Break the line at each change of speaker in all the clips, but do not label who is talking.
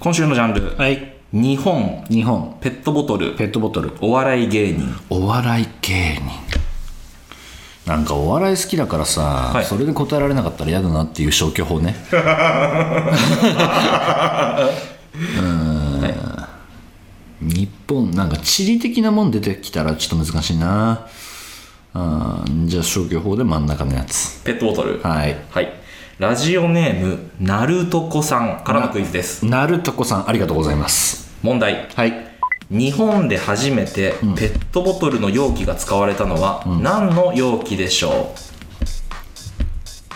今週のジャンル、
はい
日本
日本
ペットボトル
ペットボトル
お笑い芸人
お笑い芸人なんかお笑い好きだからさ、
はい
それで答えられなかったら嫌だなっていう消去法ねうーん、日本なんか地理的なもん出てきたらちょっと難しいなあーじゃあ消去法で真ん中のやつ
ペットボトルはい、
はい
ラジオネームなるとこさんからのクイズです
なるとこさんありがとうございます
問題
はい
日本で初めてペットボトルの容器が使われたのは何の容器でしょ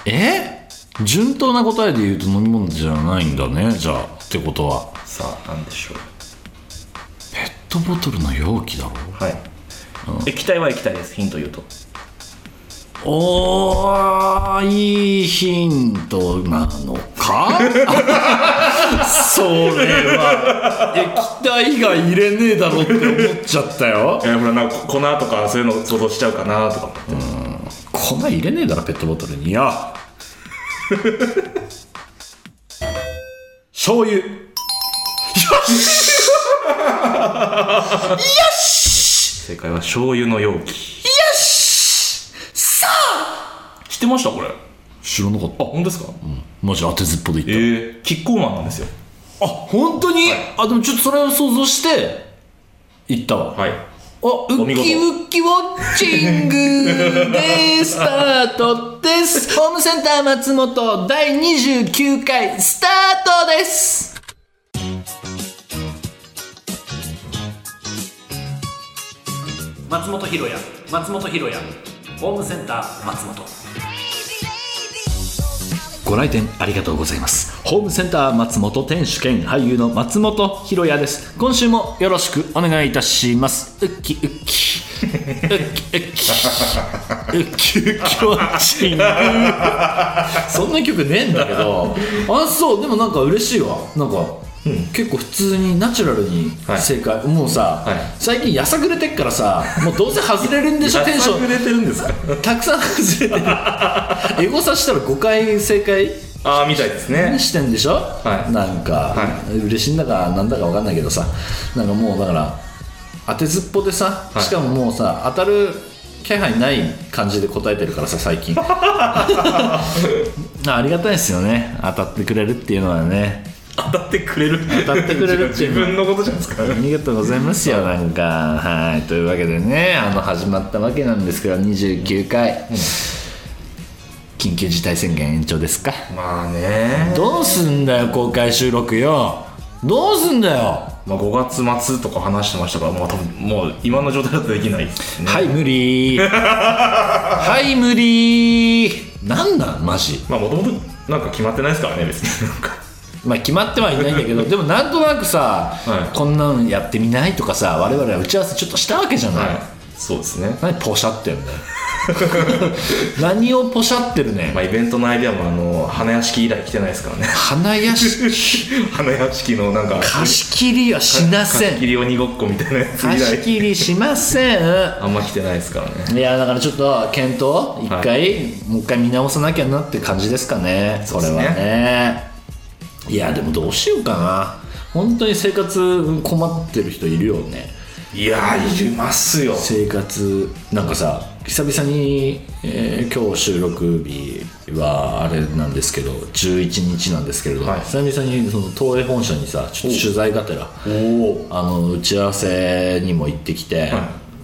え順当な答えで言うと飲み物じゃないんだねじゃあってことは
うさあ何でしょう
ペットボトルの容器だろ
はい液体は液体ですヒント言うと
おーいいヒントなのか それは液体が入れねえだろって思っちゃったよ
えほらなんか粉とかそういうの想像しちゃうかなとか
粉入れねえだろペットボトルによ醤油よし
正解は醤油の容器知ってましたこれあ
知らなかった
本当ですか
マジ当てずっぽで言った
ええキッコーマンなんですよ
あ本当に、あでもちょっとそれを想像して行ったわ、
はい
あウ
見事
キウキウォッチングでスタートですホームセンター松本第29回スタートです
松本ひろや松本ひろやホームセンター松本
ご来店ありがとうございますホームセンター松本店主兼俳優の松本ひろやです今週もよろしくお願いいたしますウキウキウキウキウキウキウォッチングそんな曲ねえんだけどあそうでもなんか嬉しいわなんか、結構普通にナチュラルに
はい
正解、もうさ、
はい
最近やさぐれてっからさもうどうせ外れるんでしょテンション
れてるんですか
たくさん外れてるエゴサしたら5回正解
ああみたいですね
してんでしょ、
い
なんか、
は
嬉しいんだかなんだか分かんないけどさなんかもうだから当てずっぽでさ、
い
しかももうさ当たる気配ない感じで答えてるから さ最近あありがたいですよね当たってくれるっていうのはね
当たってくれる
当たってくれるってい
自
うのは
分のことじゃないですか
ありがとうございますよ、なんか。はい、というわけでね、あの始まったわけなんですけど、29回、緊急事態宣言延長ですか。
まあね
どうすんだよ、公開収録よ。どうすんだよ。
まあ5月末とか話してましたから、まあ、多分もう今の状態だとできないですね
はい、無理。 はい、無理。なんなん、マジ。
まあもともとなんか決まってないですからね別に なんか
まあ決まってはいないんだけ ど、でもなんとなくさ、
はい
こんなのやってみないとかさ、我々は打ち合わせちょっとしたわけじゃない。
はいそうですね
何ポシャってんだよ 何をポシャってる ね
まあイベントのアイデアもあの花屋敷以来来てないですから ね
花屋敷
花屋敷のなんか
貸し切りはしませ
貸し切
ん
り鬼ごっこみたいなやつ以
貸し
来
切りしません
あんま来てないですからね
いやだからちょっと検討一回、
は
もう一回見直さなきゃなって感じですかね
う
こ
で
れ
すね
はねいやでもどうしようかな本当に生活困ってる人いるよね
いやーいますよ
生活なんかさ久々に、えー今日収録日はあれなんですけど11日なんですけれど、
はい
久々にその東映本社にさちょっと取材がてら
おお
あの打ち合わせにも行ってきて、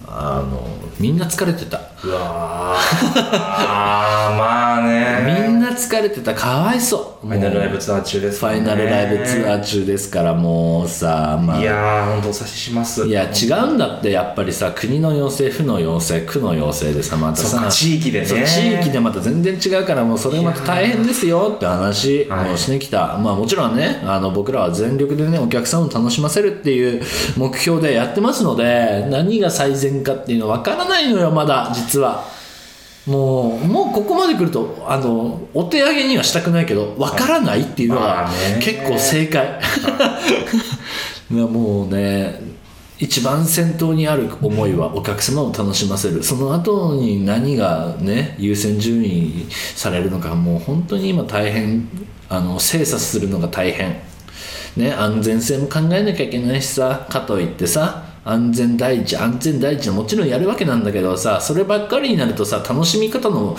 あのみんな疲れてた
うわーあーまあね
みんな疲れてたかわいそう
ファイナルライブツアー中です
ファイナルライブツア
ー
ー中ですからもうさまあ
いやー本当お察しします
いや違うんだってやっぱりさ国の要請府の要請区の要請でさまた
そっ
さ
か地域でね
そう地域でまた全然違うからもうそれまた大変ですよって話
はい
をしてきた、まあもちろんねあの僕らは全力でねお客さんを楽しませるっていう目標でやってますので何が最善かっていうのわからないのよまだ実はもうもうここまで来るとあのお手上げにはしたくないけどわからないっていうの
ま
が
あね
結構正解いや もうね一番先頭にある思いはお客様を楽しませるその後に何がね優先順位されるのかもう本当に今大変あの精査するのが大変ね、安全性も考えなきゃいけないしさかといってさ安全第一安全第一はもちろんやるわけなんだけどさそればっかりになるとさ楽しみ方の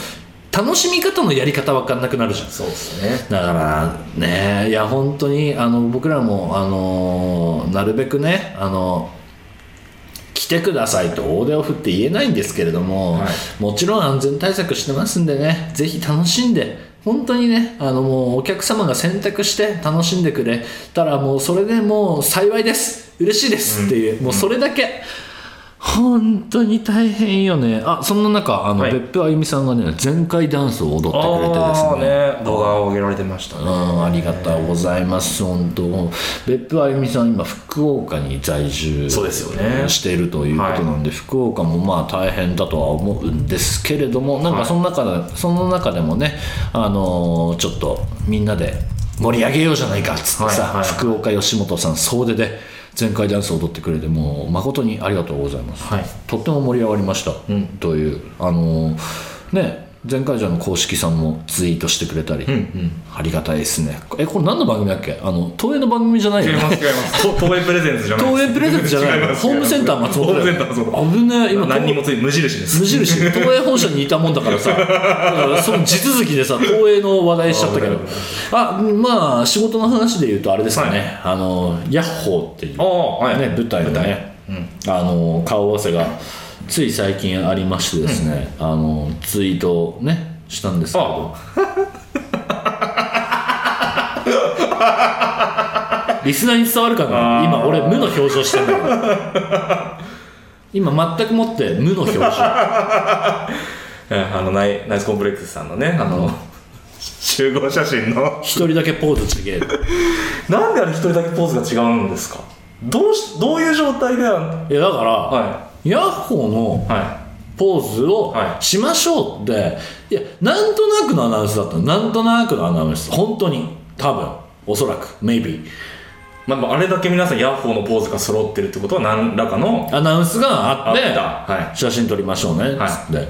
楽しみ方のやり方わかんなくなるじゃん
そうですね
だからねいや本当にあの僕らもあのなるべくねあの来てくださいと大手を振って言えないんですけれども、
はい
もちろん安全対策してますんでねぜひ楽しんで本当にねあのもうお客様が選択して楽しんでくれたらもうそれでもう幸いです嬉しいですっていう、もうそれだけ本当に大変よねあそんな中あの、
はい
別府あゆみさんがね全開ダンスを踊って
あ
くれてです
あ
ね
ね動画を上げられてました
う
ね
ん、ありがとうございます、本当、別府あゆみさん、今、福岡に在住
そうですよね
しているということなんで、福岡もまあ大変だとは思うんですけれども、なんかその中で,、その中でもね、あのーちょっとみんなで盛り上げようじゃないかっつってさ、
はいはい
福岡吉本さん総出で全開ダンス踊ってくれて、もう誠にありがとうございます。
はい
とっても盛り上がりました、というあのーね前回じゃの公式さんもツイートしてくれたり、ありがたいですねえこれ何の番組だっけあの東映の番組じゃないよ
違い
ね
ます違い ますと東映プレゼンツじゃない
東映プレゼントじゃない
違い
の
ます
ホームセンター松本
ホーム
だ
セ
よ
ンター松本
危ねえ今
何にもつい無印です
無印東映本社にいたもんだからさだからその地続きでさ東映の話題しちゃったけどあまあ仕事の話で言うとあれですかね、あのヤッホーっていう
ああはい
ね、舞台のね、あの顔合わせがつい最近ありましてですね、あのツイートをねしたんですけど リスナーに伝わるか
あ
な
ー
今俺無の表情してんだから今全くもって無の表情
うんあのナイナイスコンプレックスさんのねあの集合写真の
一人だけポーズ違える
なんであれ一人だけポーズが違うんですかどうしどういう状態ではい
やだから、
は
ヤッホーの
は
ポーズを
はい
しましょうって、い、やなんとなくのアナウンスだったのなんとなくのアナウンス本当に多分おそらく maybe
い、まあ、あれだけ皆さんヤッホーのポーズが揃ってるってことは何らかの
アナウンスがあって
あったは
写真撮りましょうねっ
はい
つって、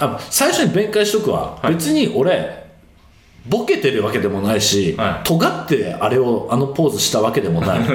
あ最初に弁解しとくわ、
はい
別に俺ボケてるわけでもないし、
はい
尖ってあれをあのポーズしたわけでもない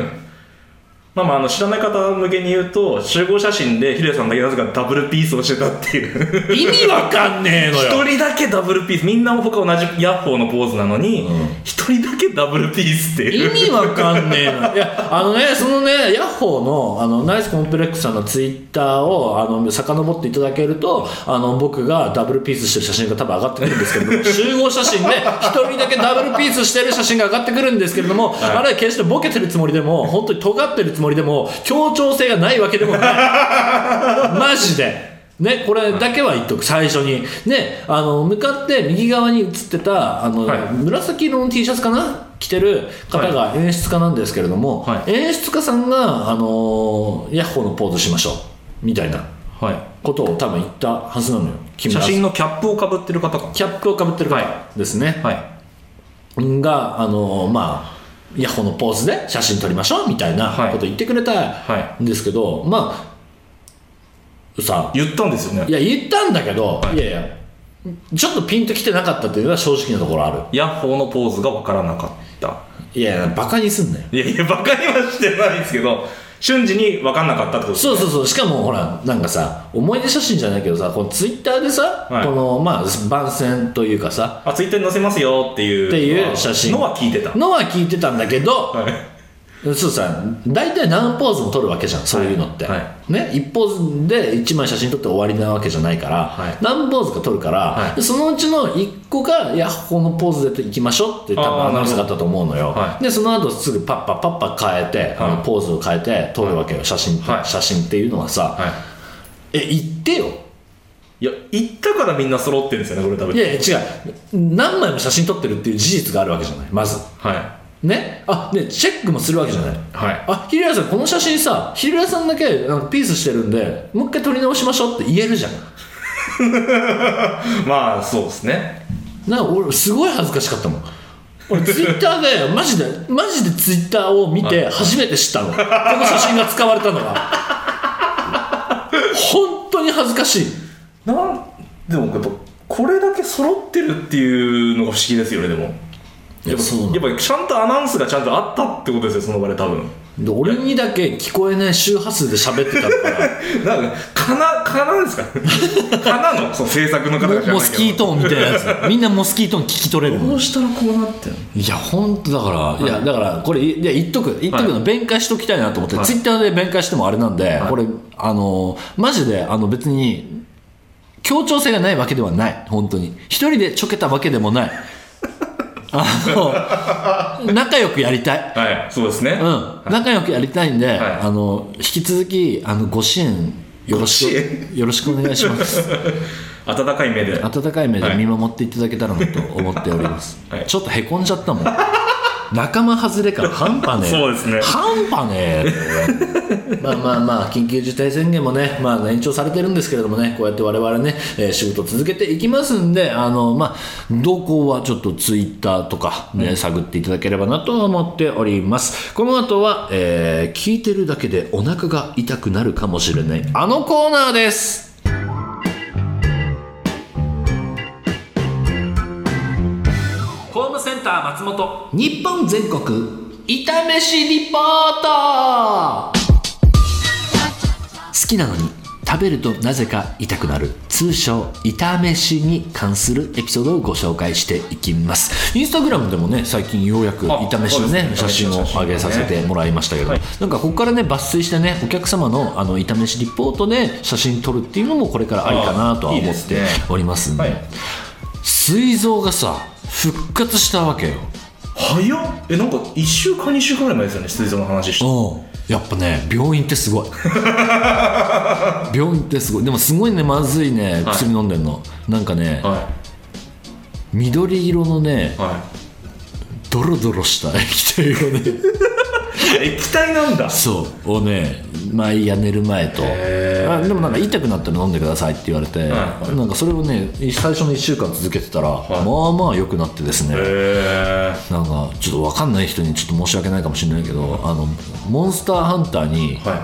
まあまああの知らない方向けに言うと集合写真でヒデさんだけなぜかダブルピースをしてたって いう
意味わかんねえのよ
一人だけダブルピースみんな他同じヤッホーのポーズなのに
うん
一、人だけダブルピースって
意
いう
味わかんねえ ないやあのねそのねヤッホーのあのナイスコンプレックスさんのツイッターをあの遡っていただけるとあの僕がダブルピースしてる写真が多分上がってくるんですけれ ども集合写真で一人だけダブルピースしてる写真が上がってくるんですけれども、あれは決してボケてるつもりでも本当に尖ってるつもりでも協調性がないわけでもないマジで。ね、これだけは言っとく、最初に。ね、あの、向かって右側に映ってた、あの、
はい
紫色の T シャツかな着てる方が演出家なんですけれども、
は
演出家さんが、あのヤッホーのポーズしましょう。みたいな
は
ことを多分言ったはずなのよ。木
い
村
写真のキャップをかぶってる方か
キャップをかぶってる方ですね。
はい
が、あのまあ、ヤッホーのポーズで写真撮りましょうみたいな
はい
こと言ってくれた
は
んですけど、まあ、さ、
言ったんですよね
いや、言ったんだけど、い、やいや、ちょっとピンときてなかったっていうのは正直なところある。
ヤッホーのポーズがわからなかった
いやいや、バカにすんなよ。
いやいやバカにはしてないんですけど瞬時に分かんなかったってことです
そうそうそう、しかもほら、なんかさ、思い出写真じゃないけどさ、このツイッターでさ、
はい
この、まあ、番宣というかさ、
あツイッターに載せますよっていう
っていう写真
のは聞いてた
のは聞いてたんだけど、
はい
そうさ大体何ポーズも撮るわけじゃんそういうのって、
はい
ね一ポーズで1枚写真撮って終わりなわけじゃないから、
はい
何ポーズか撮るから、
はい
そのうちの1個が「いやこのポーズでいきましょう」って多分
あー
アナウンスがあったと思うのよ、
は
でその後すぐパッパパッパ変えて、あのポーズを変えて撮るわけよ写真,、
はい
写真っていうのはさ、
は
え言ってよ
いいや行ったからみんな揃ってるんですよねこれ多分
いやいや違う何枚も写真撮ってるっていう事実があるわけじゃないまず
はい
ねあでチェックもするわけじゃない
はい
あヒルヤさんこの写真さヒルヤさんだけなんかピースしてるんでもう一回撮り直しましょうって言えるじゃん
まあそうですね
なんか俺すごい恥ずかしかったもん俺ツイッターで マジでマジでツイッターを見て初めて知ったのこの写真が使われたのが 本当に恥ずかしい
なんでもやっぱこれだけ揃ってるっていうのが不思議ですよねでも
やそう
やっぱちゃんとアナウンスがちゃんとあったってことですよその場で多分
で俺にだけ聞こえない周波数で喋ってた か
なんかかなかなですか かなのその制作の方が知らな
ら
いけ
モモ
ど
スキートーンみたいなやつみんなモスキートーン聞き取れる
どうしたらこうなってんの
いや本当だから、い、やだからこれいや言っとく言っとくの、弁解しときたいなと思って、
い
ツイッターで弁解してもあれなんで、これあのマジであの別に協調性がないわけではない本当に一人でちょけたわけでもない あの仲良くやりたい
はいそうですね、
うん、仲良くやりたいんで、
い
あの引き続きあのご支援よろし
ご支
くよろしくお願いします
温かい目で
温かい目
は
で
い
見守っていただけたらなと思っております、
はい
ちょっとへこんじゃったもん仲間外れから半端ねえ
そうですね
半端ねえまあまあまあ緊急事態宣言もね、まあ、延長されてるんですけれどもねこうやって我々ね、えー仕事続けていきますんであのまあ動向はちょっとツイッターとかね、探っていただければなと思っておりますこの後は、えー聞いてるだけでお腹が痛くなるかもしれないあのコーナーです
ホームセンター松本
日本全国炒めしリポート好きなのに食べるとなぜか痛くなる通称炒めしに関するエピソードをご紹介していきますインスタグラムでもね最近ようやく
あ
炒めしのね
そう
写
です
真
ね
を上げさせてもらいましたけど、
はい
なんかここからね抜粋してねお客様のあの炒めしリポートで写真撮るっていうのもこれからありかなとは思っ
あいい
て
ですね
おりますんで
はい
膵臓がさ復活したわけよ
早っえなんか1週間2週間ぐらい前ですよね水臓の話して
うんやっぱね病院ってす ごい病院ってすごいでもすごいねまずいね
はい
薬飲んでんの、なんかね、
は
緑色のね
いは
ドロドロした液体を
い
ね
液体なんだ
そうをね毎夜寝る前と
へ
あでもなんか痛くなったら飲んでくださいって言われて、
は
なんかそれをね最初の1週間続けてたら、
い
まあまあ良くなってですね、
へ
なんかちょっと分かんない人にちょっと申し訳ないかもしれないけどあのモンスターハンターに、
えはい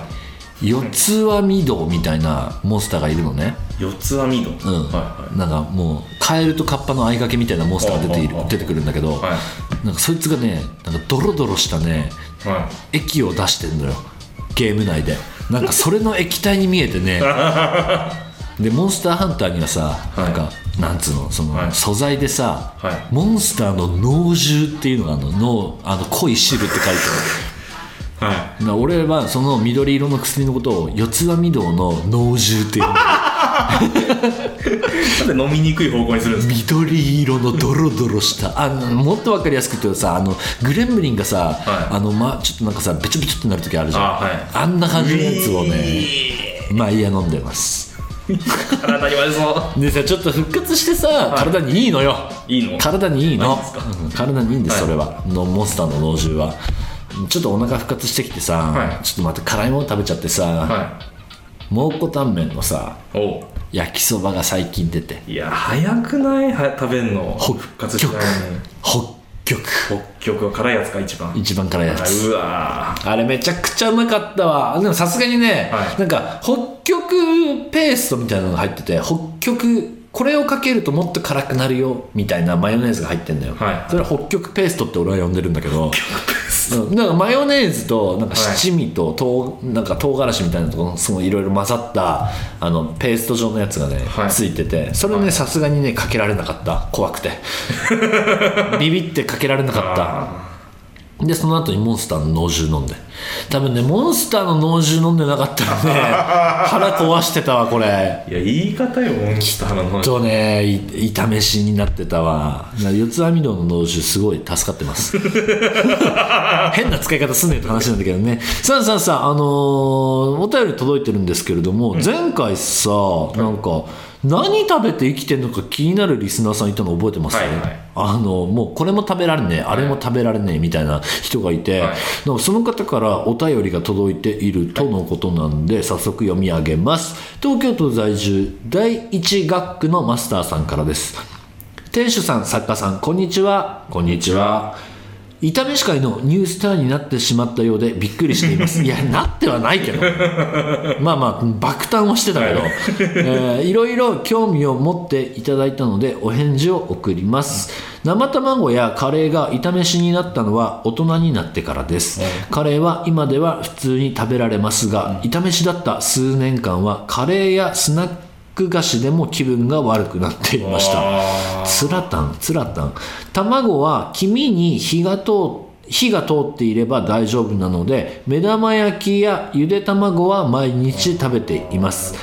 四つ網戸みたいなモンスターがいるのね、
四つ網戸
うん
は
なんかもうカエルとカッパの相掛けみたいなモンスターが出ている
ああああ
出てくるんだけど、
は
なんかそいつがねなんかドロドロしたね
いはいは
液を出してんのよゲーム内でなんかそれの液体に見えて ねでモンスターハンターにはさ、
い
なんかなんつうのその、
はい
素材でさ、
はい
モンスターの脳汁っていうのがあるの脳あの濃い汁って書いてあ
い
る
は
な俺はその緑色の薬のことを四つ網戸の脳汁っていう
いなんで飲みにくい方向にするんです
緑色のドロドロしたあのもっと分かりやすく言うとさあのグレムリンがさ、
はい
あのま、ちょっとなんかさべちょべちょってなる時あるじゃん
あはい
あんな感じのやつを
う
ね
い
毎夜飲んでます
ー体に悪そう
でさちょっと復活してさ体にいいのよ
いいの
体にいい
いい
の
んですか
うん体にいいんです、
はい
それはのモンスターの脳汁はちょっとお腹復活してきてさ、
はい
ちょっとまた辛いもの食べちゃってさ、
は
蒙古タンメンのさ
いおう
焼きそばが最近出て
いや早くないは食べんの
北
復活し
極
てないのに
北極
北極は辛いやつか一番
一番辛いや
あ
つ
うわー
あれめちゃくちゃうまかったわでもさすがにね、
はい
なんか北極ペーストみたいなのが入ってて北極これをかけるともっと辛くなるよみたいなマヨネーズが入ってんだよ、
はい
それは北極ペーストって俺は呼んでるんだけどうんなんかマヨネーズとなんか七味と唐,、なんか唐辛子みたいなところすごいいろいろ混ざったあのペースト状のやつがね、
はい
ついててそれねさすがにねかけられなかった怖 くてビビってかけられなかった
あ
でその後にモンスターの脳汁飲んで多分ねモンスターの脳汁飲んでなかった らね腹壊してたわこれ
ーいや言い方よモンスターの話
とねい痛めしになってたわな四つ網戸の脳汁すごい助かってます 変な使い方すんねんって話なんだけどねさあさあさああのーお便り届いてるんですけれども、前回さなんか何食べて生きてんのか気になるリスナーさんいたの覚えてます、
はいはい
あのもうこれも食べられねえあれも食べられねえみたいな人がいて、
はい
でもその方からお便りが届いているとのことなんで早速読み上げます東京都在住第一学区のマスターさんからです店主さん作家さんこんにちはこんにちは痛めし会のニュースターになってしまったようでびっくりしています いやなってはないけどまあまあ爆誕はしてたけど、えーいろいろ興味を持っていただいたのでお返事を送ります生卵やカレーが炒めしになったのは大人になってからです、カレーは今では普通に食べられますが、炒めしだった数年間はカレーやスナック菓子でも気分が悪くなっていましたつらたんつらたん卵は黄身に火が通火が通っていれば大丈夫なので目玉焼きやゆで卵は毎日食べています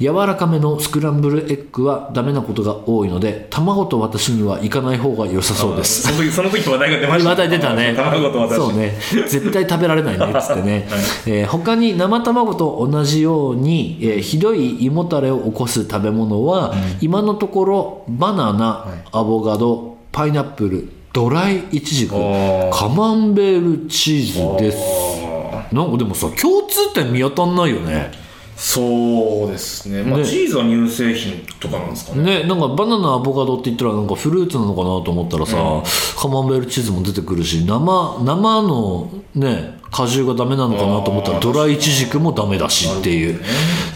柔らかめのスクランブルエッグはダメなことが多いので卵と私には行かない方が良さそうです
その時その時話題が出ました
話題出たね
卵と私
そうね絶対食べられないねっつ ってね、えー他に生卵と同じように、えーひどい胃もたれを起こす食べ物は、今のところバナナ、アボカドパイナップルドライイチジク
おー
カマンベールチーズですなんかでもさ共通点見当たんないよね
そうですね、まあ
ね
チーズは乳製品とかなんですかね
ねなんかバナナアボカドって言ったらなんかフルーツなのかなと思ったらさ、カマンベールチーズも出てくるし生生のね果汁がダメなのかなと思ったらドライイチジクもダメだしっていう、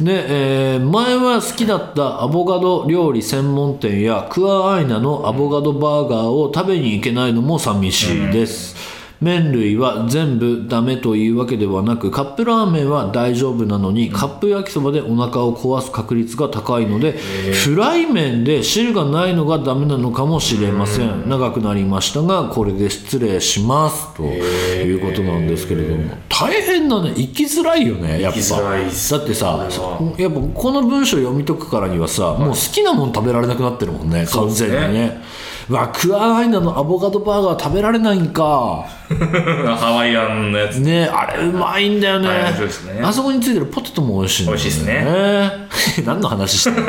で、えー前は好きだったアボカド料理専門店やクアアイナのアボカドバーガーを食べに行けないのも寂しいです、麺類は全部ダメというわけではなくカップラーメンは大丈夫なのにカップ焼きそばでお腹を壊す確率が高いのでフライ麺で汁がないのがダメなのかもしれません長くなりましたがこれで失礼しますということなんですけれども大変だね生きづらいよねやっぱ
生きづらいっす
だってさやっぱこの文章読み解くからにはさ、もう好きなもの食べられなくなってるもんね完全に
そうで
ねうわクアアイナのアボカドバーガー食べられないんか
ハワイアンのやつ
ねあれうまいんだよね,、
はい面白いですね
あそこについてるポテトも美味しいんだよ
美味しいっ
何の話してんの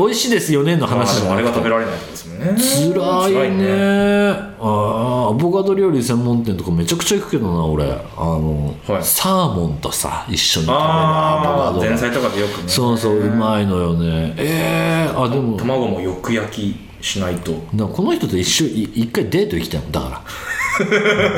おい美味しいですよねの
まあ
話
で
じゃ
もあ
な
れが
くて
食べられないってことですもんね
つら
辛
いねあーアボカド料理専門店とかめちゃくちゃ行くけどな俺あの、
はい
サーモンとさ一緒に食べる
あ
ア
あ
ボ
まあ
カド
前菜とかでよくね
そうそううまいのよねえー、あでも
卵もよく焼きしないと
なこの人と一緒い一回デート行きたいもんだか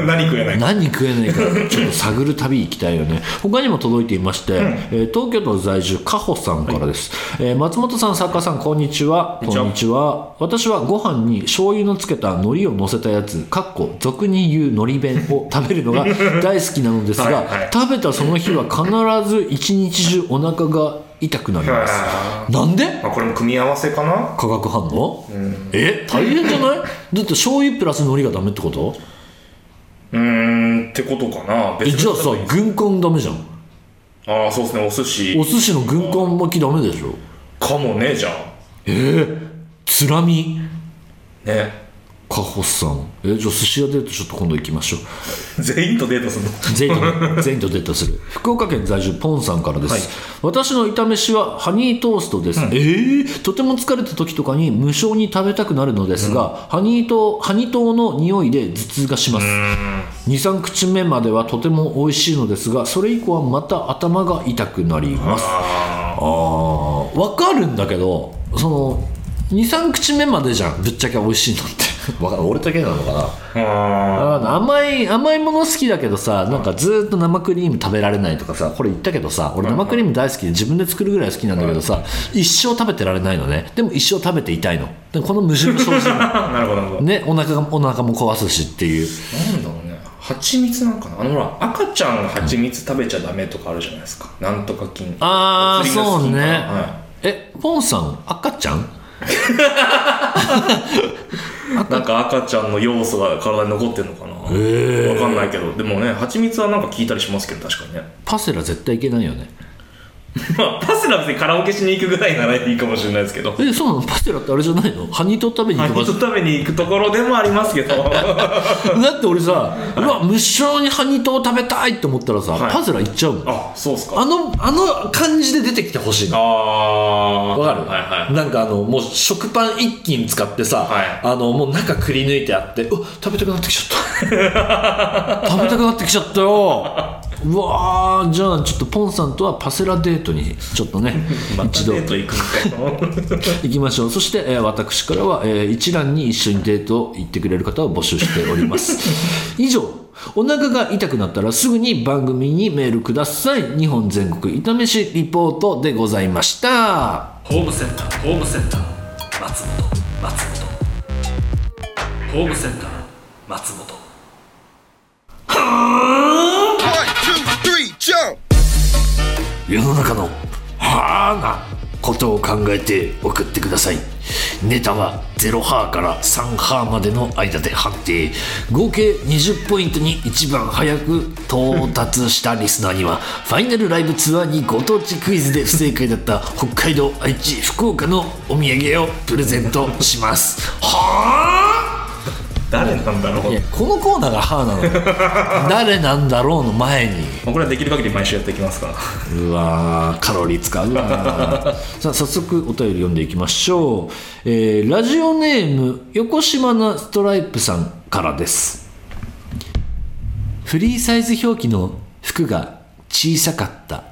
何食えな
ら何食えないからちょっと探る旅行きたいよね他にも届いていまして、えー東京都在住かほさんからです、えー松本さん作家さんこんにちは
んにちは
こんにちは私はご飯に醤油のつけた海苔を乗せたやつかっこ俗に言う海苔弁を食べる のが大好きなのですが
はいはい
食べたその日は必ず一日中お腹が痛くなります
は
なんで
まあこれも組み合わせかな
化学反応、え大変じゃないだって醤油プラス海苔がダメってこと
うーんってことかな
え
別
じゃ あさ軍艦ダメじゃん
ああそうですねお寿司
お寿司の軍艦巻きダメでしょ
かもねじゃ
つらみ
あね
かほさんえじゃあ寿司屋デートちょっと今度行きましょう
全員とデートするの
全員と全員とデートする 福岡県在住ポンさんからです、
はい
私の炒めしはハニートーストです、えーとても疲れた時とかに無性に食べたくなるのですが、ハニートハニトーの匂いで頭痛がします23口目まではとても美味しいのですがそれ以降はまた頭が痛くなりますあーわかるんだけどその23口目までじゃんぶっちゃけ美味しいのって わかる俺だけなのかな
あ
あの甘い甘いもの好きだけどさなんかずーっと生クリーム食べられないとかさこれ言ったけどさ俺生クリーム大好きで自分で作るぐらい好きなんだけどさ一生食べてられないのねでも一生食べていたいのでもこの矛盾も 生じるの
あ なるほどなるほど
ねお腹がお腹も壊すしっていう
なんだろうね蜂蜜なんかなあのほら赤ちゃんが蜂蜜食べちゃダメとかあるじゃないですかなんとか菌
ああ
お釣りが
そ
好
う
き
ね、
かは
えポンさん赤ちゃん
いなんか赤ちゃんの要素が体に残ってるのかなわかんないけどでもね蜂蜜はなんか聞いたりしますけど確かにね
パセラ絶対いけないよね
まあパセラ別にカラオケしに行くぐらいならいいかもしれないですけど
えそうなのパセラってあれじゃないのハニートー食べに行く
蜂
場
蜜
所
食べに行くところでもありますけ ど
だって俺さうわ無性にハニートー食べたいって思ったらさ、
はい
パセラ行っちゃうもん
あそうっすか
あの、あの感じで出てきてほしいの。
あー
わかる、
はいはい
なんかあの、もう食パン一斤使ってさ、
はい
あの、もう中くり 抜いてあって、うわ、食べたくなってきちゃった。食べたくなってきちゃったよ。うわーじゃあちょっとポンさんとはパセラデートにちょっとね
また
一度
デート行くんかよ
行きましょうそして、えー私からは、えー一覧に一緒にデート行ってくれる方を募集しております 以上お腹が痛くなったらすぐに番組にメールください日本全国痛めしリポートでございました
ホームセンターホームセンター松本松本ホームセンター松本
One, two, three, jump!
世の中のハーなことを考えて送ってくださいネタは0ハーから3ハーまでの間で判定合計20ポイントに一番早く到達したリスナーにはファイナルライブツアーにご当地クイズで不正解だった北海道愛知福岡のお土産をプレゼントしますはあ
誰なんだろう
このコーナーがハーなのよ誰なんだろうの前に
まあこれはできる限り毎週やっていきますから
うわーカロリー使うわ ーさあ早速お便り読んでいきましょう、えーラジオネーム横島なストライプさんからですフリーサイズ表記の服が小さかった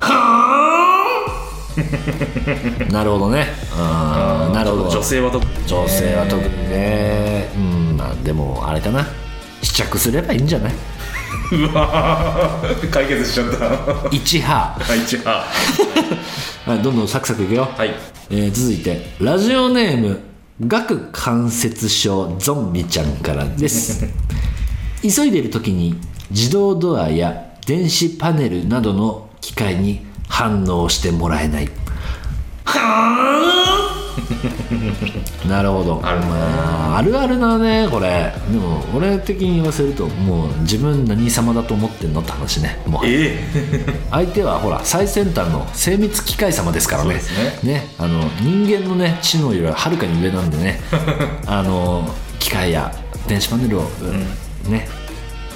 はーなるほどねあーなるほど
女性はと
女性は特にねうんまあでもあれかな試着すればいいんじゃないう
わー解決しちゃったは
1ハー
いじゃあ
はいどんどんサクサクいくよ
はい
えー続いてラジオネーム顎関節症ゾンビちゃんからです 急いでいる時に自動ドアや電子パネルなどの機械に反応してもら えないなるほど
あるね
まあ、あるあるだねこれでも俺的に言わせるともう自分何様だと思ってんのって話ねもう
え
相手はほら最先端の精密機械様ですからね
そうです
ねあの人間のね知能よりははるかに上なんで ねあの機械や電子パネルを、ね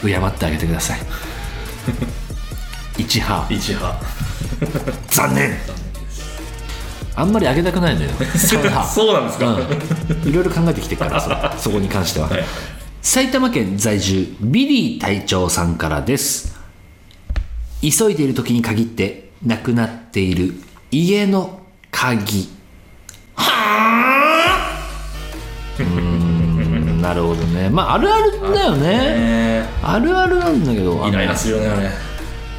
敬ってあげてく ださい一波
え一波
残念あんまり上げたくないの よ三 波
そうなんですか、
うん、いろいろ考えてきてる からそそこに関しては、
はい
埼玉県在住ビリー隊長さんからです急いでいる時に限ってなくなっている家の鍵はあうーんなるほどねまああるあるだよね
え
あるあるなんだけどあ
ー、
の
イライラするよねあれ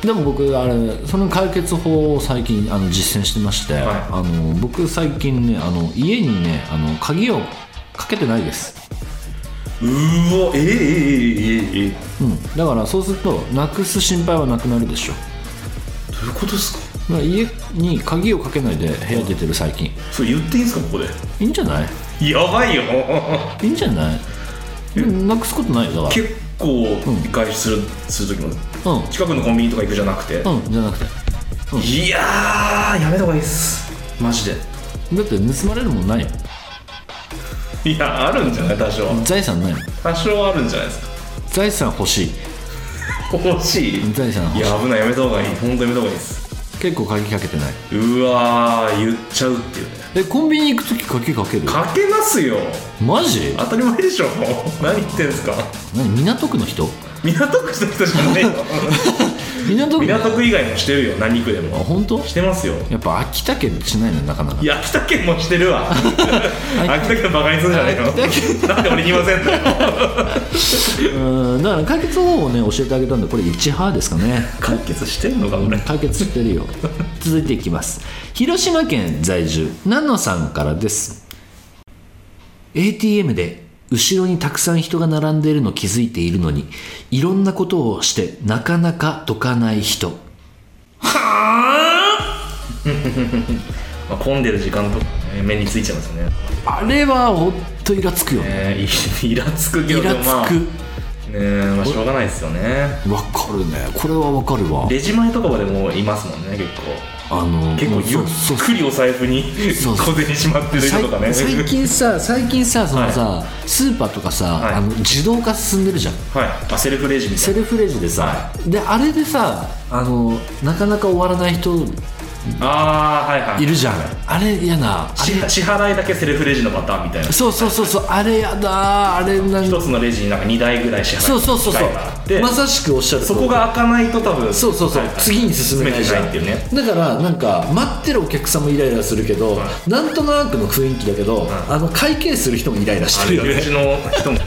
でも僕あれその解決法を最近あの実践してまして、
はい
あの僕最近ねあの家にねあの鍵をかけてないです、
うーわええええええええ
うん、だからそうするとなくす心配はなくなるでしょ
どういうことですか
だから家に鍵をかけないで部屋出てる最近
それ言っていいんですかここで
いいんじゃない
やば いよ
いいんじゃないうんなくすことないよだか
結構外出する,、する時も
らうん
近くのコンビニとか行くじゃなくて、
うんじゃなくて
いやーやめた方がいいっすマジで
だって盗まれるもんないよ
いやあるんじゃない多少
財産ないよ
多少あるんじゃないですか
財産欲しい
欲しい
財産欲
い
しい
や危ないやめた方がいい本当やめた方がいいです
結構鍵かけてないう
わー言っちゃうっていうね
えコンビニ行く時鍵かける
かけますよ
マジ
当たり前でしょ 何言ってんすか
何港区の人
港区の人じゃねえ よ
港区
港区以外もしてるよ何区で
あ
も
本当
してますよ
やっぱ秋田県しないのなかなか
いや秋田県もしてる わ秋田県バカにするんじゃないの
秋田
なんで俺に言いませんの よ
うんだから解決方法をね教えてあげたんでこれ一派ですか ね
解決してんのか俺
解決してるよ続いていきます広島県在住ナノさんからです ATM で後ろにたくさん人が並んでいるの気づいているのにいろんなことをしてなかなかどかない人
まあ、混んでる時間とかね目についちゃいますよね
あれはほんとイラつくよね
ねいイラつくけど
イラ
でもまあ
つく
ねまあしょうがないですよね
わかるねこれはわかるわ
レジ前とかまでもいますもんね結構
あの
結
も
構
う
ゆ
そうそう
っくりお財布に
そうそ
小銭しまってる人とかね
最最近さ最近さそのさ、スーパーとかさ、
はい
あの自動化進んでるじゃん
はいあセルフレジみた
セ
いな
ルフレジでさ、であれでさあのなかなか終わらない人
ああはいはい
いるじゃんあれ嫌なあ
支
れ
支払いだけセルフレジのパターンみたいな
そうそうそうそうあれやだあれなん
一つのレジになんか2台ぐらい支払い
そうそうそう
機械があっ
そう
て
まさしくおっしゃる通
そ
り
こが開かないと多分
そうそうそう、
はいはい
次に進めないじゃん
進めてないっていう
だからなんか待ってるお客さんもイライラするけど、なんとなくの雰囲気だけど、あの会計する人もイライラしてるよ
ねう
ね
ちの人もね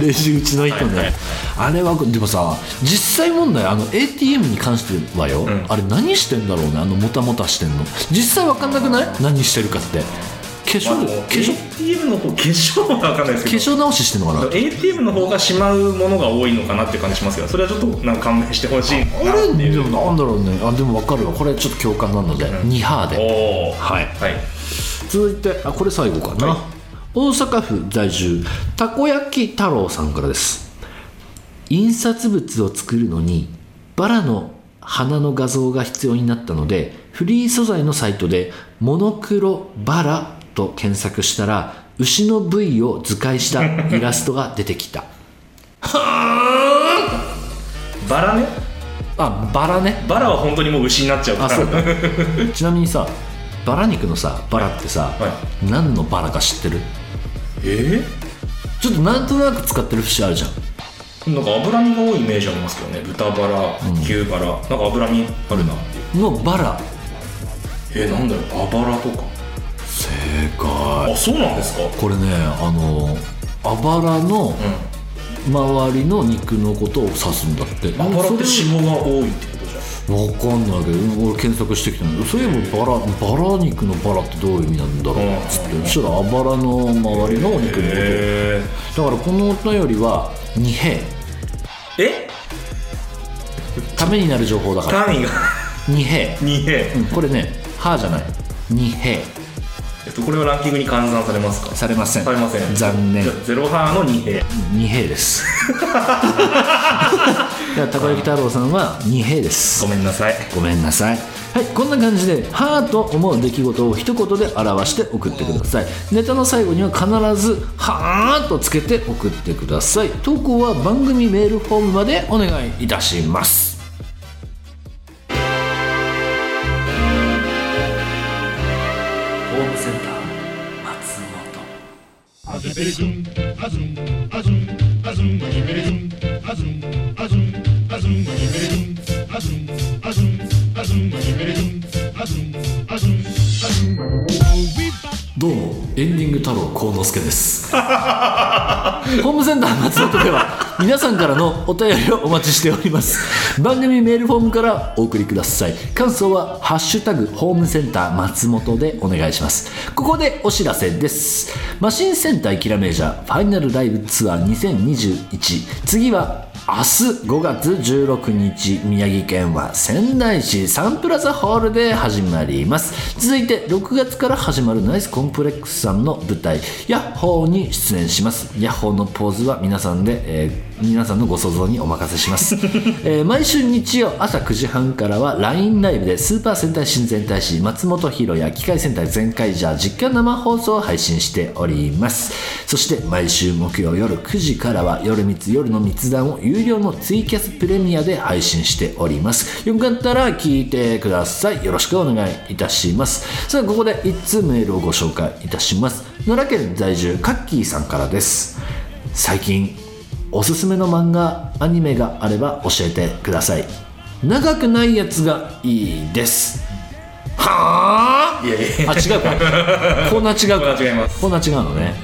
レジ打ちの人ね、
はいはい
あれはでもさ実際問題あの ATM に関してはよ、あれ何してんだろうねあのもたもたしてんの実際わかんなくない何してるかって化
まあ
粧
でも
化粧
ATM の方化粧は分かんないです
化
けど
粧直ししてんのかな
ATM の方がしまうものが多いのかなっていう感じしますけどそれはちょっとなんか勘弁してほしい
あれでもなんだろうねあでもわかるわこれちょっと共感なので、2波で
おお
はい
はい
続いてあこれ最後かな、大阪府在住たこ焼き太郎さんからです印刷物を作るのにバラの花の画像が必要になったのでフリー素材のサイトで「モノクロバラ」と検索したら牛の部位を図解 したイラストが出てきた
バラね
あバラね
バラは本当にもう牛になっちゃうか
あ
ら
そうかちなみにさバラ肉のさバラってさ、
は
何のバラか知ってる
え
ちょっとなんとなく使ってる節あるじゃん
ーなんか脂身が多いイメージありますけどね豚バラ牛バラなんか脂身あるなっていう
のバラ
えー、なんだろうあばらとか
正解
あそうなんですか
これねあのあばらの周りの肉のことを指すんだって
あばらって脂
それ
肪が多いってことじ
わかんないけど俺検索してきたんだけどそういえばバラバラ肉のバラってどういう意味なんだろうっつってそしたらあばらの周りのお肉
ゃん
の
へ
ことだからこのお便りは二平
ええ
ためになる情報だから
単位が
二平、
2平、
うん、これね歯じゃない二平
えっと、これはランキングに換算されますか
されません
されません
残念
じゃあゼロハーの2平
二平です だからたこ焼き太郎さんは二平です
ごめんなさい
ごめんなさい。はい、こんな感じで、はーと思う出来事を一言で表して送ってください。ネタの最後には必ず、はーとつけて送ってください。投稿は番組メールフォームまでお願いいたします。
ホームセンター松本
Azum, azum, azum, azum, azum, azum, azum, azum, azum, azum, azum, azum, azum, azum.
どうも、エンディング太郎幸之助です。 ホームセンター松本では、皆さんからのお便りをお待ちしております。番組メールフォームからお送りください。感想は、ハッシュタグ、ホームセンター松本でお願いします。ここでお知らせです。マシンセンターキラメージャー、ファイナルライブツアー2021。次は、明日5月16日宮城県は仙台市サンプラザホールで始まります続いて6月から始まるナイスコンプレックスさんの舞台ヤッホーに出演しますヤッホーのポーズは皆さんで、えー皆さんのご想像にお任せします、えー毎週日曜朝9時半からは LINE ライブでスーパー戦隊新戦隊士松本博や機械戦隊全開ジャー実況生放送を配信しておりますそして毎週木曜夜9時からは夜密夜の密談を有料のツイキャスプレミアで配信しておりますよかったら聞いてくださいよろしくお願いいたしますさあここで1通メールをご紹介いたします奈良県在住カッキーさんからです最近おすすめの漫画アニメがあれば教えてください長くないやつがいいですはあ
いやいやいや
あ違うかコーナー違う
これ
か
は違います
コーナー違うのね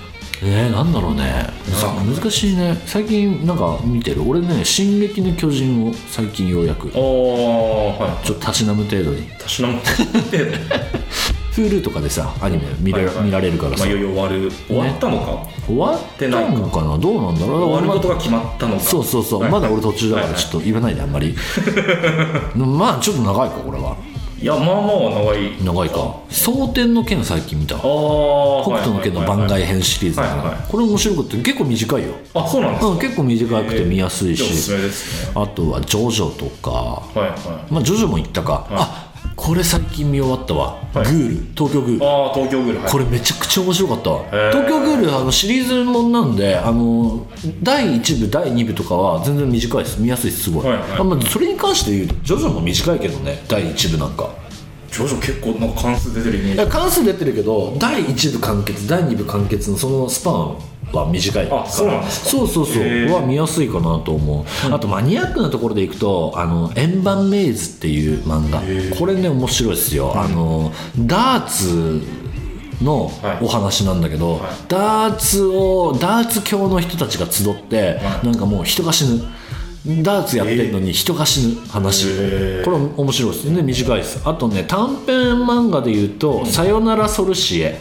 えー、なんだろうねさ難しいね最近なんか見てる俺ね「進撃の巨人」を最近ようやくちょ
おーは
っとたしなむ程度に
いたしなむ程度
Hulu とかでさアニメ見れ,、見られるから
ま
さ、
あ、いよいよ終わる終わったのか、
終わってないのかなどうなんだろう
終わることが決まったのか
そうそうそう、
はい
まだ俺途中だか
は
ら
いはい
ちょっと言わないであんまり まあちょっと長いかこれはい
やまあまあ長い
長いか「蒼天の剣」最近見た
ああ
北斗の剣の番外編シリーズだから、
はいはいはい
これ面白くて結構短いよ、
あそうなんですか、
うん、結構短くて見やすい
じゃあおす
し、
すめですね
あとは「ジョジョ」とか
はいはい
まあ「ジョジョ」も行ったか、あこれ最近見終わったわ「
はい
グール」東京グール
ああ東京グルはい
これめちゃくちゃ面白かったわ
へー
東京グールあのシリーズもんなんであの第1部第2部とかは全然短いです見やすいですすごい、
はいはい
あまあ、それに関して言うと徐々も短いけどね第1部なんか
ちジョジョ結構なんか関数出てるイメー
い
ジ
や関数出てるけど第1部完結第2部完結のそのスパンは短いから
あそうなんですか
そうそうそう
へー
は見やすいかなと思うあとマニアックなところでいくと「あの円盤メイズ」っていう漫画これね面白いですよあのダーツの
はい
お話なんだけど、
い
ダーツをダーツ教の人たちが集って、
はい
なんかもう人が死ぬダーツやってるのに人が死ぬ話、
へー
これ面白いですね短いですあとね短編漫画で言うと「さよならソルシエ」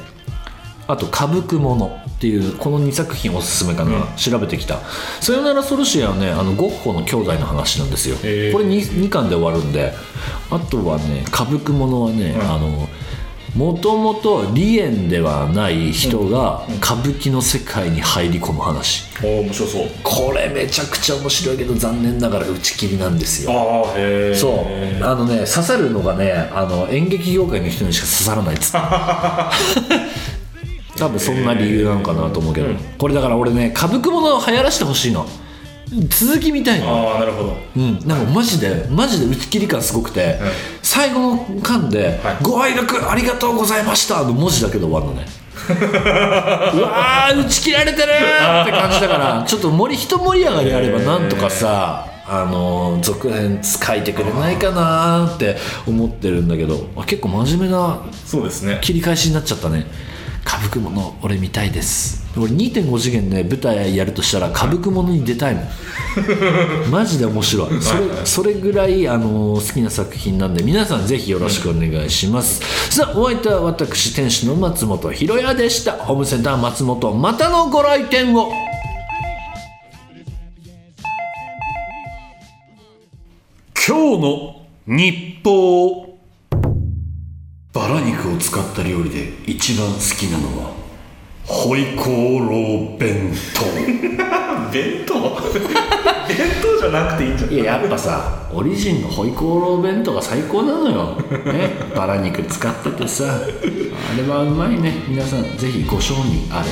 あと「歌舞伎もの」っていうこの2作品おすすめかな、調べてきた「さよならソルシエ」はねあのゴッホの兄弟の話なんですよこ
へ
れ
ー
2, 巻で終わるんであとはね「歌舞伎もの」はね、
うん
あのもともと梨園ではない人が歌舞伎の世界に入り込む話
おお面白そう
これめちゃくちゃ面白いけど残念ながら打ち切りなんですよ
ああへえ
そうあのね刺さるのがねあの演劇業界の人にしか刺さらないっつって多分そんな理由なんかなと思うけど、これだから俺ね歌舞伎ものを流行らしてほしいの続きみたいの
ああなるほど
うん、なんかマジでマジで打ち切り感すごくて、最後の巻で、
はい
ご愛読ありがとうございました」の文字だけで終わるの ねうわー打ち切られてるーって感じだからちょっと森一盛り上がりあればなんとかさ、あのー続編書いてくれないかなーって思ってるんだけどあ結構真面目な
そうですね
切り返しになっちゃったね歌舞伎もの俺見たいです俺2.5次元で舞台やるとしたら歌舞伎ものに出たいもんマジで面白いそれそれぐらい、あのー好きな作品なんで皆さんぜひよろしくお願いします、さあお相手は私店主の松本ひろやでしたホームセンター松本またのご来店を今日の日報バラ肉を使った料理で一番好きなのはホイコーロー弁
弁当弁当じゃなくていいんじゃ
当いややっぱさオリジンのホイコーロー弁当が最高なのよ、ね、バラ肉使っててさあれはうまいね皆さんぜひご賞味あれ